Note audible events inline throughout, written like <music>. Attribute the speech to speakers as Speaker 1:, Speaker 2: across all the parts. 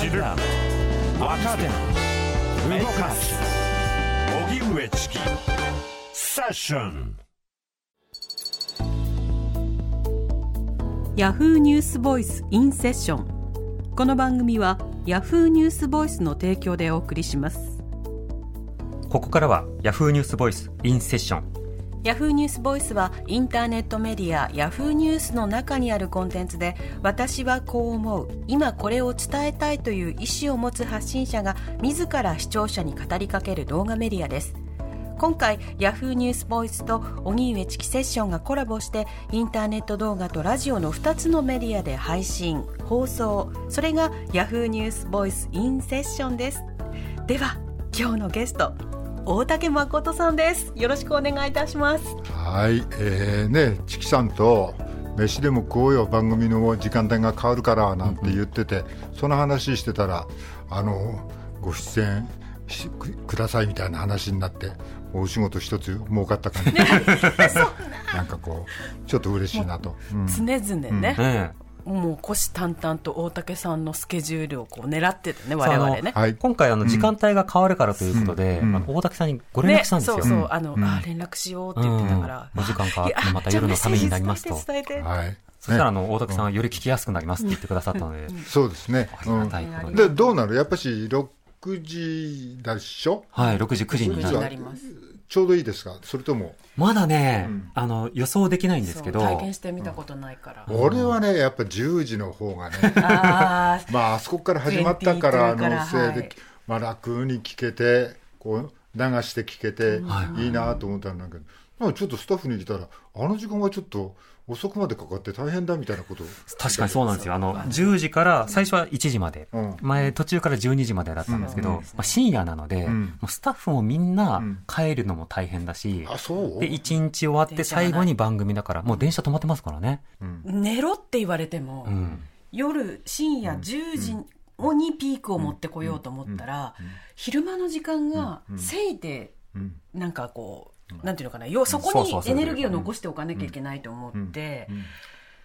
Speaker 1: 知る若手動かす荻上チキセッション
Speaker 2: ヤフーニュースボイスインセッションこの番組はヤフーニュースボイスの提供でお送りします
Speaker 3: ここからは Yahoo ニュースボイスインセッシ
Speaker 2: <laughs>
Speaker 3: ョン
Speaker 2: ヤフーニュースボイスはインターネットメディアヤフーニュースの中にあるコンテンツで私はこう思う今これを伝えたいという意思を持つ発信者が自ら視聴者に語りかける動画メディアです今回ヤフーニュースボイスと荻上チキセッションがコラボしてインターネット動画とラジオの2つのメディアで配信放送それがヤフーニュースボイスインセッションですでは今日のゲスト大竹誠さんですよろしくお願いいたします
Speaker 4: はい、えー、ね、チキさんと飯でも食おうよ、番組の時間帯が変わるからなんて言ってて、その話してたら、あのご出演しくくださいみたいな話になって、お仕事一つ儲かった
Speaker 3: <laughs>
Speaker 4: 感じ、なんかこう、ちょっと嬉しいなと、うん
Speaker 2: 常々ね、
Speaker 3: ええ
Speaker 2: もう虎視眈々と大竹さんのスケジュールをこう狙ってたね我々ね
Speaker 3: そうあの
Speaker 4: はい
Speaker 3: 今回あの時間帯が変わるからということで、
Speaker 4: うん
Speaker 3: あの大竹さんにご連
Speaker 2: ね、
Speaker 3: 絡したんですよ、
Speaker 2: そうそう、あの、あー連絡しようって言ってたから。
Speaker 3: うんお時間変わって
Speaker 2: いや
Speaker 3: また夜のためになりますと
Speaker 2: じゃあメッセージ伝えて伝えて
Speaker 4: はい、
Speaker 3: そしたらあ
Speaker 4: ね、
Speaker 3: の大竹さんはより聞きやすくなりますって言ってくださったので、
Speaker 4: そうですね、
Speaker 3: ありがたいことに
Speaker 4: でどうなる、やっぱし6時だっしょ、
Speaker 3: はい6時9時に
Speaker 2: 気
Speaker 3: な
Speaker 2: に
Speaker 3: る
Speaker 2: なります。
Speaker 4: ちょうどいいですか、それとも。
Speaker 3: まだね、あの予想できないんですけど
Speaker 2: そう体験してみたことないから。
Speaker 4: 俺はね、やっぱ10時の方がね、
Speaker 2: あー
Speaker 4: まあ、あそこから始まったから
Speaker 2: 22から
Speaker 4: のせいで、
Speaker 2: はい
Speaker 4: まあ、楽に聞けてこう流して聞けて
Speaker 3: はい
Speaker 4: いいなと思ったんだけど、なんかちょっとスタッフに来たらあの時間はちょっと遅くまでかかって大変だみたいなことを
Speaker 3: 確かにそうなんですよあの10時から最初は1時まで、
Speaker 4: うん
Speaker 3: 前途中から12時までだったんですけど、
Speaker 2: うん
Speaker 3: まあ、深夜なので、
Speaker 4: うん
Speaker 3: もうスタッフもみんなん帰るのも大変だし、
Speaker 4: あそう
Speaker 3: で1日終わって最後に番組だからもう電車止まってますからね、
Speaker 2: 寝ろって言われても、
Speaker 3: うん、
Speaker 2: 夜深夜10時をにピークを持ってこようと思ったら、昼間の時間がせいで、
Speaker 4: うん
Speaker 2: なんかこう、なんていうのかな、よそこ
Speaker 3: そう
Speaker 2: に
Speaker 3: そうそう
Speaker 2: エネルギーを残しておかなきゃいけないと思って、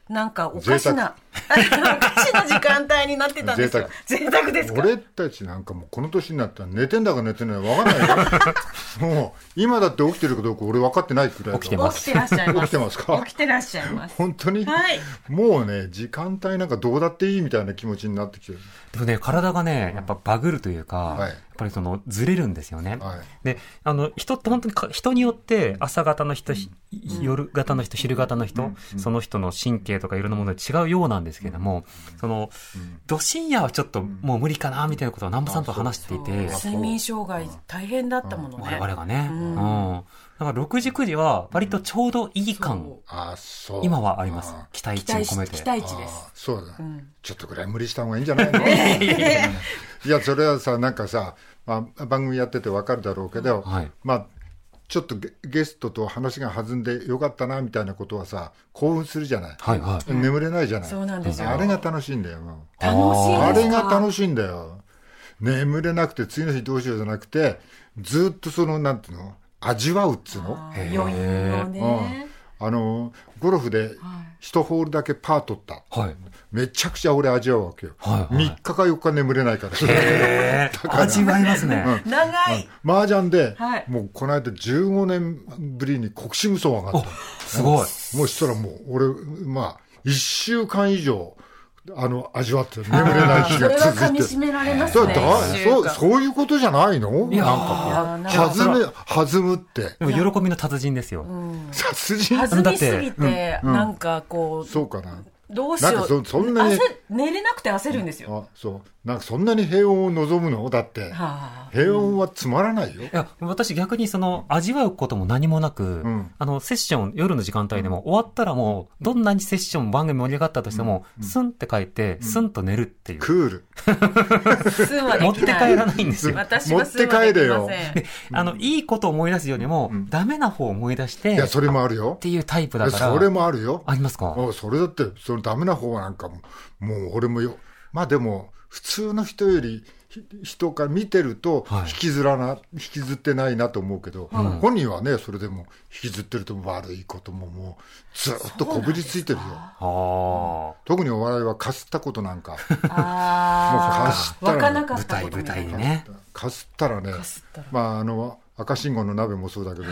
Speaker 2: なんかおか
Speaker 4: 贅
Speaker 2: し
Speaker 4: 沢
Speaker 2: な、 <laughs> おかしな時間帯になってたんですよ。贅沢ですか
Speaker 4: 俺たちなんかもうこの年になったら寝てんだか寝てないか分から
Speaker 3: <laughs>
Speaker 4: ないよもう今だって起きてるかどうか俺分かってないくらいだ
Speaker 3: 起きてま
Speaker 2: 起きてらっしゃいます。
Speaker 4: 起きてますか
Speaker 2: 起きてらっしゃいます。
Speaker 4: 本当に、
Speaker 2: はい
Speaker 4: もうね時間帯なんかどうだっていいみたいな気持ちになってきてる、
Speaker 3: でもね体がねやっぱバグるというか、
Speaker 4: はい
Speaker 3: やっぱりそのずれるんですよね、
Speaker 4: はい
Speaker 3: であの人って本当にか人によって朝型の人、ひ夜型の人昼型の人、その人の神経とかいろんなもので違うようなんですけれども、そのど深夜はちょっともう無理かなみたいなことを南波さんと話していて、
Speaker 2: 睡眠障害大変だったもの
Speaker 3: 我
Speaker 2: ね。
Speaker 3: 々がね、
Speaker 2: う
Speaker 3: うんんだから6時9時は割とちょうどいい感
Speaker 2: そ
Speaker 4: あそう
Speaker 3: 今はあります
Speaker 4: あ
Speaker 3: 期待
Speaker 2: 期
Speaker 3: 値を
Speaker 2: 待し
Speaker 3: 込め
Speaker 2: 期
Speaker 3: て
Speaker 2: 待値です
Speaker 4: あ。そうだ、
Speaker 2: ん
Speaker 4: ちょっとぐらい無理した方がいいんじ
Speaker 2: <laughs>
Speaker 4: ゃないのいやそれはさなんかさ、まあ、番組やっててわかるだろうけど、
Speaker 3: はい
Speaker 4: まあちょっとゲゲストと話が弾んでよかったなみたいなことはさ興奮するじゃない、
Speaker 3: はいはい
Speaker 4: 眠れないじゃない、
Speaker 2: そうなんですよ
Speaker 4: あれが楽しいんだよ、もう
Speaker 2: 楽しいですか
Speaker 4: あれが楽しいんだよ眠れなくて次の日どうしようじゃなくてずっとそのなんていうの味わうっつうの
Speaker 2: あー余裕をね。
Speaker 4: あのゴルフで一ホールだけパー取った、
Speaker 3: はい
Speaker 4: めちゃくちゃ俺味わうわけよ、
Speaker 3: はいはい
Speaker 4: 三3日か4日眠れないから
Speaker 3: え
Speaker 4: <laughs>
Speaker 3: ー、味わいますね、
Speaker 2: 長い。
Speaker 4: 麻雀で、
Speaker 2: はい
Speaker 4: もうこの間15年ぶりに国士無双上がっ
Speaker 3: おすごい
Speaker 4: たもうしたらもう俺まあ1週間以上あの味わって眠れない日
Speaker 2: <laughs> それ
Speaker 4: が
Speaker 2: は噛
Speaker 4: 続
Speaker 2: み
Speaker 4: いて
Speaker 2: 締められます
Speaker 4: そ
Speaker 2: ね。
Speaker 4: だ
Speaker 2: 一週
Speaker 4: そう
Speaker 2: 間
Speaker 4: そういうことじゃないの
Speaker 3: いや
Speaker 4: なん
Speaker 2: あ
Speaker 3: ー
Speaker 2: ーなんか
Speaker 4: か弾む弾むって
Speaker 3: でも喜びの達人ですよ、
Speaker 4: 殺人
Speaker 2: 弾みすぎて、なんかこ
Speaker 4: そうかな
Speaker 2: う、どうしよ
Speaker 4: なんか
Speaker 2: う。
Speaker 4: そそんなに
Speaker 2: 焦寝れなくて焦るんですよ。
Speaker 4: あそうなんかそんなに平穏を望むのだっ
Speaker 2: は
Speaker 4: て
Speaker 2: あ
Speaker 4: 平穏はつまらないよ、
Speaker 3: いや私逆にその味わうことも何もなく、
Speaker 4: ん
Speaker 3: あのセッション夜の時間帯でも終わったらもうどんなにセッション番組盛り上がったとしても、スンって書いて、スンと寝るっていう、
Speaker 4: クール
Speaker 2: 数はで
Speaker 3: 持って
Speaker 2: き
Speaker 3: 帰
Speaker 2: ない。
Speaker 3: らないんですよ
Speaker 2: 私は数はできま
Speaker 4: 持って
Speaker 2: せん。
Speaker 3: であのいいことを思い出すよりも、ダメな方を思い出して
Speaker 4: いやそれ
Speaker 3: っ
Speaker 4: もあるよ
Speaker 3: ていうタイプだ
Speaker 4: いや
Speaker 3: から
Speaker 4: それもあるよ
Speaker 3: ありますか
Speaker 4: もうそれだってそのダメな方はなんかもうもう俺もよまあでも普通の人より人から見てると
Speaker 3: はい
Speaker 4: 引きずらな、引きずってないなと思うけど、本人はねそれでも引きずってると悪いことももうずっとこびりついてるよ
Speaker 3: あ
Speaker 4: 特にお笑いはかすったことなんかもう
Speaker 2: あ
Speaker 4: 走っ
Speaker 2: あ
Speaker 4: たら
Speaker 2: わかなか
Speaker 3: あ。
Speaker 2: っ
Speaker 3: 舞
Speaker 2: たこ
Speaker 3: 台、
Speaker 2: と
Speaker 3: 舞
Speaker 2: みた
Speaker 3: 台
Speaker 2: いな
Speaker 3: ね。
Speaker 4: かすったらね
Speaker 2: かすったら
Speaker 4: まああの赤信号の鍋もそうだけど、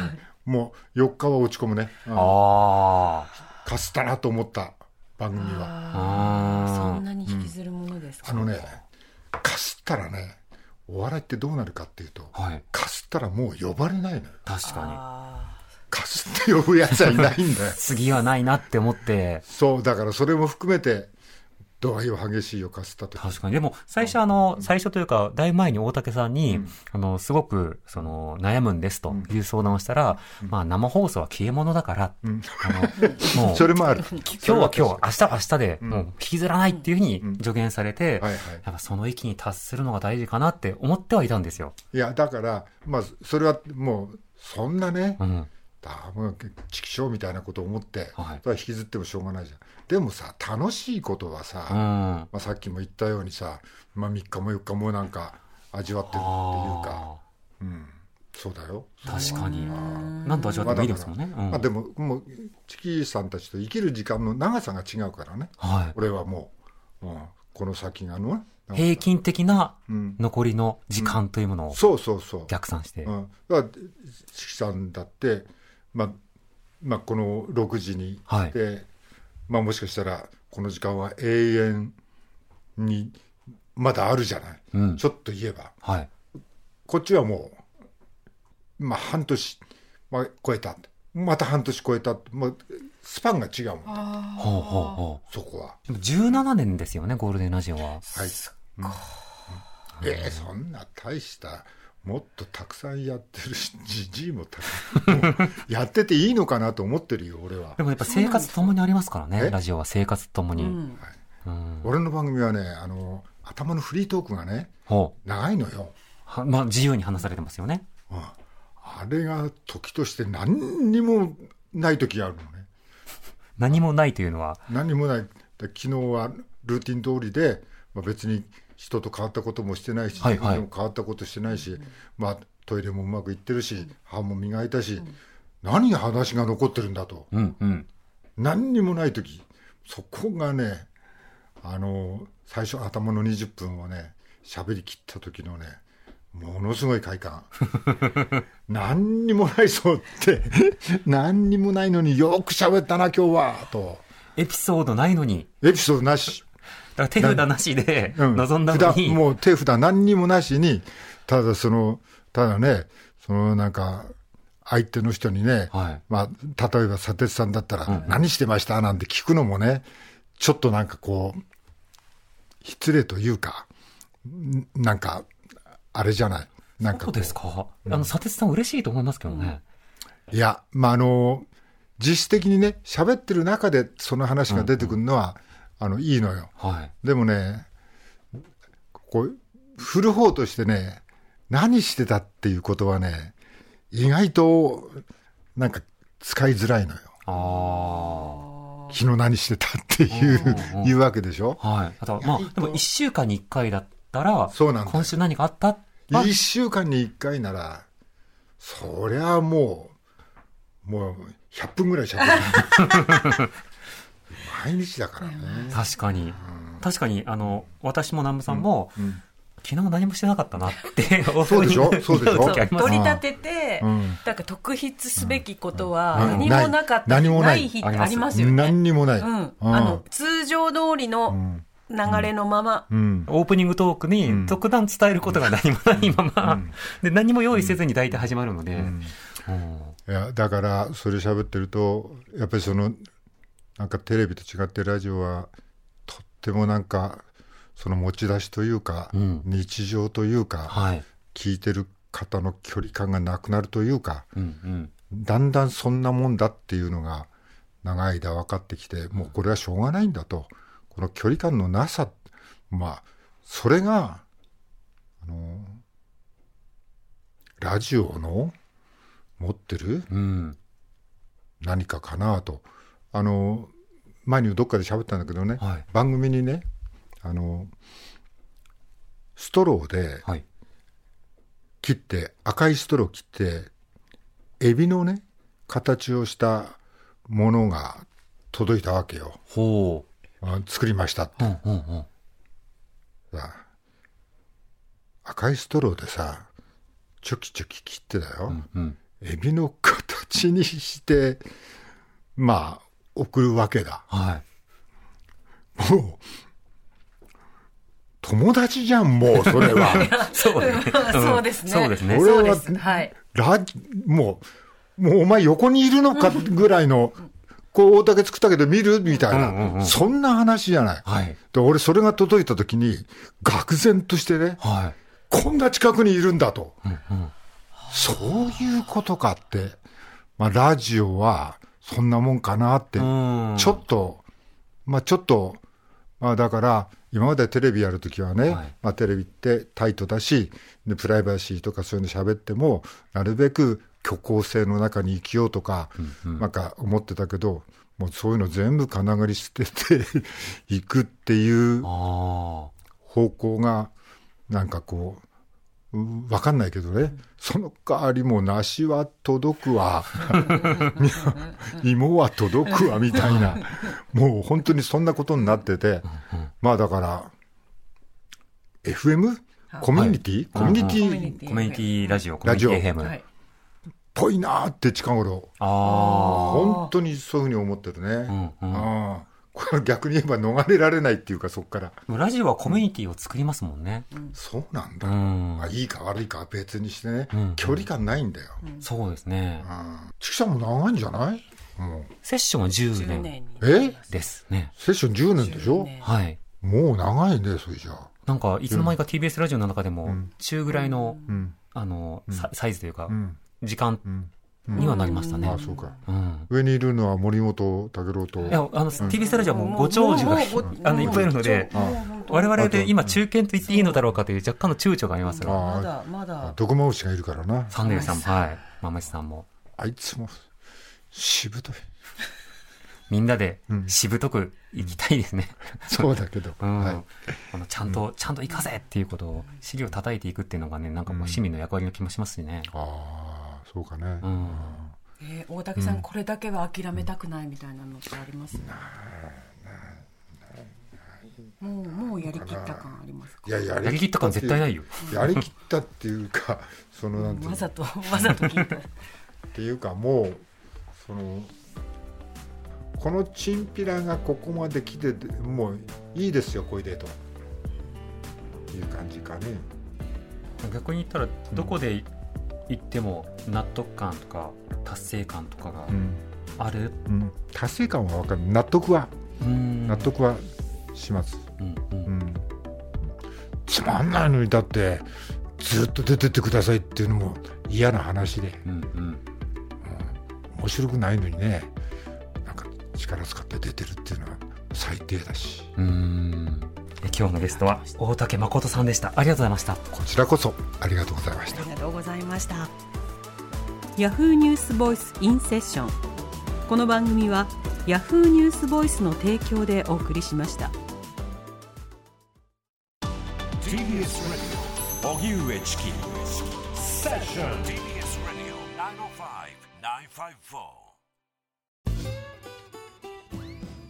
Speaker 4: もう4日は落ち込むね、うん
Speaker 3: あ
Speaker 4: かすったなと思った番組は。
Speaker 2: あー
Speaker 3: うん
Speaker 2: そんなに引きずるものですか、
Speaker 4: あのね、かすったらね、お笑いってどうなるかっていうと、
Speaker 3: あ。はい。
Speaker 4: かすったらもう呼ばれないのよ。
Speaker 3: 確か
Speaker 2: あ
Speaker 4: かすって呼ぶやつはいないんだ
Speaker 3: <laughs>
Speaker 4: よ
Speaker 3: に。。次はないなって思って。
Speaker 4: そう、だからそれも含めて、度合いは激しいよ、かすったと。
Speaker 3: 確かに。でも、最初あの、最初というか、だいぶ前に大竹さんに、あの、すごく、その、悩むんですという相談をしたら、まあ、生放送は消え物だから、あの、もう、
Speaker 4: <laughs> それもある。
Speaker 3: 今日は今日、明日は明日で、もう引きずらないっていうふうに助言されて、
Speaker 4: はいはい
Speaker 3: やっぱその域に達するのが大事かなって思ってはいたんですよ。
Speaker 4: いや、だから、まあ、それはもう、そんなね
Speaker 3: う、ん。
Speaker 4: だもう畜生みたいなことを思って、
Speaker 3: はい
Speaker 4: それは引きずってもしょうがないじゃん。でもさ、楽しいことはさ、
Speaker 3: うん。あ
Speaker 4: まあ、さっきも言ったようにさ、まあ、3日も4日もなんか味わってるっていうか、
Speaker 3: あ
Speaker 4: うん、そうだよ。
Speaker 3: ー。確かに。なんと味わってもいいですもんね。うん
Speaker 4: まあ、でも、もう、チキさんたちと生きる時間の長さが違うからね、
Speaker 3: は
Speaker 4: 俺はもう、うん、この先がの、
Speaker 3: い。平均的な
Speaker 4: うん、
Speaker 3: 残りの時間というものを
Speaker 4: そうそうそう、
Speaker 3: 逆算して。
Speaker 4: うん、だから、チキさんだって、まあ、まあ、この6時に、
Speaker 3: はい
Speaker 4: でまあ、もしかしたら、この時間は永遠にまだあるじゃない、
Speaker 3: うん
Speaker 4: ちょっと言えば。
Speaker 3: はい。
Speaker 4: こっちはもう、まあ、半年、まあ、超えた、また半年超えた、もうスパンが違うもん、
Speaker 3: ほうほうほ
Speaker 4: そこは。
Speaker 3: う。でも17年ですよね、ゴールデンラジオは。
Speaker 4: はい、うんえーそんな大した、もっとたくさんやってるし、 <laughs> じじいもたくさん、もうやってていいのかなと思ってるよ、俺は
Speaker 3: で。もやっぱ生活ともにありますからね、
Speaker 4: え
Speaker 3: ラジオは生活と
Speaker 2: ー
Speaker 3: も
Speaker 2: う
Speaker 3: に。
Speaker 2: ん
Speaker 3: うん。
Speaker 4: 俺の番組はねあの、頭のフリートークがね、
Speaker 3: ほう。
Speaker 4: 長いのよ。
Speaker 3: はまあ、自由に話されてますよね。
Speaker 4: うんあれが時として何にもない時があるのね。
Speaker 3: 何もないというのは、
Speaker 4: 何もない、だ昨日はルーティン通りで、まあ、別に人と変わったこともしてないし、
Speaker 3: はいはい
Speaker 4: 自分でも変わったことしてないし、まあ、トイレもうまくいってるし、歯も磨いたし、何が話が残ってるんだと、
Speaker 3: うんうん。
Speaker 4: 何にもないとき、そこがね、あの最初、頭の20分をね、喋り切った時のね、ものすごい
Speaker 3: <laughs>
Speaker 4: 快感。何にもないぞって、何にもないのによく喋ったな、今日は、と。
Speaker 3: エピソードないのに、
Speaker 4: エピソードなし。
Speaker 3: だから手札なしで、
Speaker 4: う
Speaker 3: 望んだのに、
Speaker 4: 札もう手札何にもなしに、ただその、ただね、そのなんか、相手の人にね、
Speaker 3: はい
Speaker 4: まあ、例えば砂鉄さんだったら、何してましたなんて聞くのもね、ちょっとなんかこう、失礼というか、んなんか、あれじゃない。なんか
Speaker 3: そ
Speaker 4: こ
Speaker 3: うですか、あの、砂鉄さん嬉しいと思いますけどね。
Speaker 4: いや、まあ、あの、実質的にね、喋ってる中でその話が出てくるのは、あの、いいのよ。
Speaker 3: はい。
Speaker 4: でもね、こう、振る方としてね、何してたっていうことはね、意外と、なんか、使いづらいのよ。
Speaker 3: あ
Speaker 4: 昨日何してたっていう、いうわけでしょ
Speaker 3: あ。はい。あとは、まあ、
Speaker 4: 意外
Speaker 3: で
Speaker 4: と
Speaker 3: も一週間に一回だったら、
Speaker 4: そうなんだよ
Speaker 3: 今週何かあったあ
Speaker 4: 一週間に一回なら、そりゃもう、もう、100分ぐらい喋る。
Speaker 2: <laughs>
Speaker 4: 毎日だからね。
Speaker 3: 確かに。確かに、あの、私も南部さんも、昨日何もしてなかったな <laughs> って、
Speaker 4: そうでしょそうでしょ
Speaker 3: 思う時あります
Speaker 2: 取り立てて、
Speaker 4: うん
Speaker 2: なんか特筆すべきことは
Speaker 4: うん
Speaker 2: 何もなかった
Speaker 4: ない
Speaker 2: 日、
Speaker 4: 何もない
Speaker 2: ない日ってありますよね。
Speaker 4: 何にもない。
Speaker 2: うん、あ
Speaker 4: うん
Speaker 2: の通常通りの流れのまま、
Speaker 4: うん。
Speaker 3: オープニングトークに特段伝えることが何もないまま、で、何も用意せずに大体始まるので、うん
Speaker 4: いやだからそれ喋ってるとやっぱりそのなんかテレビと違ってラジオはとってもなんかその持ち出しというか、
Speaker 3: ん
Speaker 4: 日常というか、
Speaker 3: はい。
Speaker 4: 聞いてる方の距離感がなくなるというか
Speaker 3: うんうん。
Speaker 4: だんだんそんなもんだっていうのが長い間分かってきてもうこれはしょうがないんだとこの距離感のなさまあそれがあのラジオの持ってる
Speaker 3: うん。
Speaker 4: 何かかなとあの前にもどっかで喋ったんだけどね、
Speaker 3: はい
Speaker 4: 番組にねあのストローで
Speaker 3: はい。
Speaker 4: 切って、赤いストロー切って、エビのね、形をしたものが届いたわけよ。
Speaker 3: ほ
Speaker 4: あ作りましたって
Speaker 3: う。うんうんうん。
Speaker 4: さ赤いストローでさ、チョキチョキ切ってだよ。
Speaker 3: うん。
Speaker 4: エビの形にして、まあ、送るわけだ。
Speaker 3: はい。
Speaker 4: もう、友達じゃ
Speaker 3: <laughs>
Speaker 4: ん、もう、それは。
Speaker 3: そうね
Speaker 2: <laughs> そうですね。
Speaker 3: そうですね。
Speaker 4: 俺は
Speaker 2: そうですはい。
Speaker 4: ラもう、もうお前横にいるのかぐらいの、こう、大竹作ったけど見るみたいな、
Speaker 3: うんうんうん
Speaker 4: そんな話じゃない。
Speaker 3: はい。
Speaker 4: で俺、それが届いた時に、愕然としてね、
Speaker 3: は
Speaker 4: こんな近くにいるんだと。
Speaker 3: い。うんうん。
Speaker 4: そういうことかって、まあ、ラジオはそんなもんかなって、
Speaker 3: うん
Speaker 4: ちょっと、まあ、ちょっと、まあ、だから、今までテレビやるときはね、
Speaker 3: はい
Speaker 4: まあ、テレビってタイトだし、でプライバシーとかそういうの喋っても、なるべく虚構性の中に生きようとか、なんか思ってたけど、もうそういうの全部かながり捨てて <laughs> いくっていう
Speaker 3: あ
Speaker 4: 方向がなんかこううわかんないけどねその代わりもう梨は届くわいや芋は届くわみたいなもう本当にそんなことになっててまあだから FM? コミュニティ、コミ
Speaker 2: コ
Speaker 4: ュ
Speaker 2: ミュニ
Speaker 4: ニティっ
Speaker 2: ティ
Speaker 3: あ。コミュニティラジオ、コミ
Speaker 4: ラ
Speaker 3: ュニ
Speaker 4: ジ
Speaker 3: テ
Speaker 4: オ
Speaker 3: ィ FM。
Speaker 2: はい。
Speaker 4: ぽいなーって近頃
Speaker 3: あ
Speaker 4: 本当にそういうふうに思ってる
Speaker 3: あ。う
Speaker 4: ね、
Speaker 3: んうん。
Speaker 4: ああこれは逆に言えば逃れられないっていうかそっから
Speaker 3: でもラジオはコミュニティを作りますもんね。
Speaker 4: そうなん
Speaker 3: う
Speaker 4: だ、
Speaker 3: ん
Speaker 4: まあ、。いいか悪いかは別にしてね、
Speaker 3: うん
Speaker 4: 距離感ないんだよ、
Speaker 3: そうですね。
Speaker 4: チキさんも長いんじゃない、うん、
Speaker 3: セッションは
Speaker 2: 10
Speaker 3: 10年
Speaker 2: 年に。
Speaker 4: え
Speaker 3: ですね。
Speaker 4: セッション10年でし
Speaker 2: 10
Speaker 4: ょ
Speaker 2: 年
Speaker 3: はい。
Speaker 4: もう長いねそれじゃあ
Speaker 3: なんか、いつの間にか TBS ラジオの中でも、中ぐらいの、
Speaker 4: うん
Speaker 3: あの、ササイズというか
Speaker 4: う、ん
Speaker 3: 時間
Speaker 4: うん
Speaker 3: にはなりましたね
Speaker 4: あ。そうか
Speaker 3: うん。
Speaker 4: 上にいるのは森本武郎と
Speaker 3: いや、あの、TBS ラジオはもうご長寿が、 <laughs> あの、いっぱいいるので、我々で今中堅と言っていいのだろうかという若干の躊躇がありますが、
Speaker 2: まだ、まだ。
Speaker 4: 毒マウシがいるからな
Speaker 3: サンデーさんも、はい、マムシさんも、
Speaker 4: あいつもし
Speaker 3: <laughs>
Speaker 4: ぶとい
Speaker 3: みんなでしぶとくいきたい <laughs> ですね。
Speaker 4: そうだけど、
Speaker 3: うん
Speaker 4: はい、
Speaker 3: あのちゃんと、ちゃんと行かせっていうことを、尻を叩いていくっていうのがね、なんかこう、市民の役割の気もしますしね。
Speaker 4: ああそうかね、
Speaker 3: うん。
Speaker 2: えー大竹さん、これだけは諦めたくないみたいなのってありますもう、もうやりきった感ありますか
Speaker 4: いやや
Speaker 3: やりきった感絶対ないよ。
Speaker 4: やりきったっていうかそのなんていう
Speaker 2: わ
Speaker 4: の
Speaker 2: ざと、 <laughs> わざと聞いた。
Speaker 4: っていうかもうそのこのチンピラがここまで来ててもういいですよこれでという感じかね
Speaker 3: 逆に言ったら、どこで行っても、納得感とか、達成感とかが
Speaker 4: ん、
Speaker 3: ある。
Speaker 4: 達成感は分かる納得は
Speaker 3: うん
Speaker 4: 納。得はします、
Speaker 3: うんうん
Speaker 4: うんつまんないのにだってずっと出てってくださいっていうのも嫌な話で
Speaker 3: うんうん。
Speaker 4: 面白くないのにねなんか力使って出てるっていうのは最低だし
Speaker 3: うーんえ今日のゲストは大竹誠さんでしたありがとうございました
Speaker 4: こちらこそありがとうございました
Speaker 2: ありがとうございました。ヤフーニュースボイスインセッション。この番組はヤフーニュースボイスの提供でお送りしました。
Speaker 1: TBS Radio 荻上チキセッション TBS Radio 905-954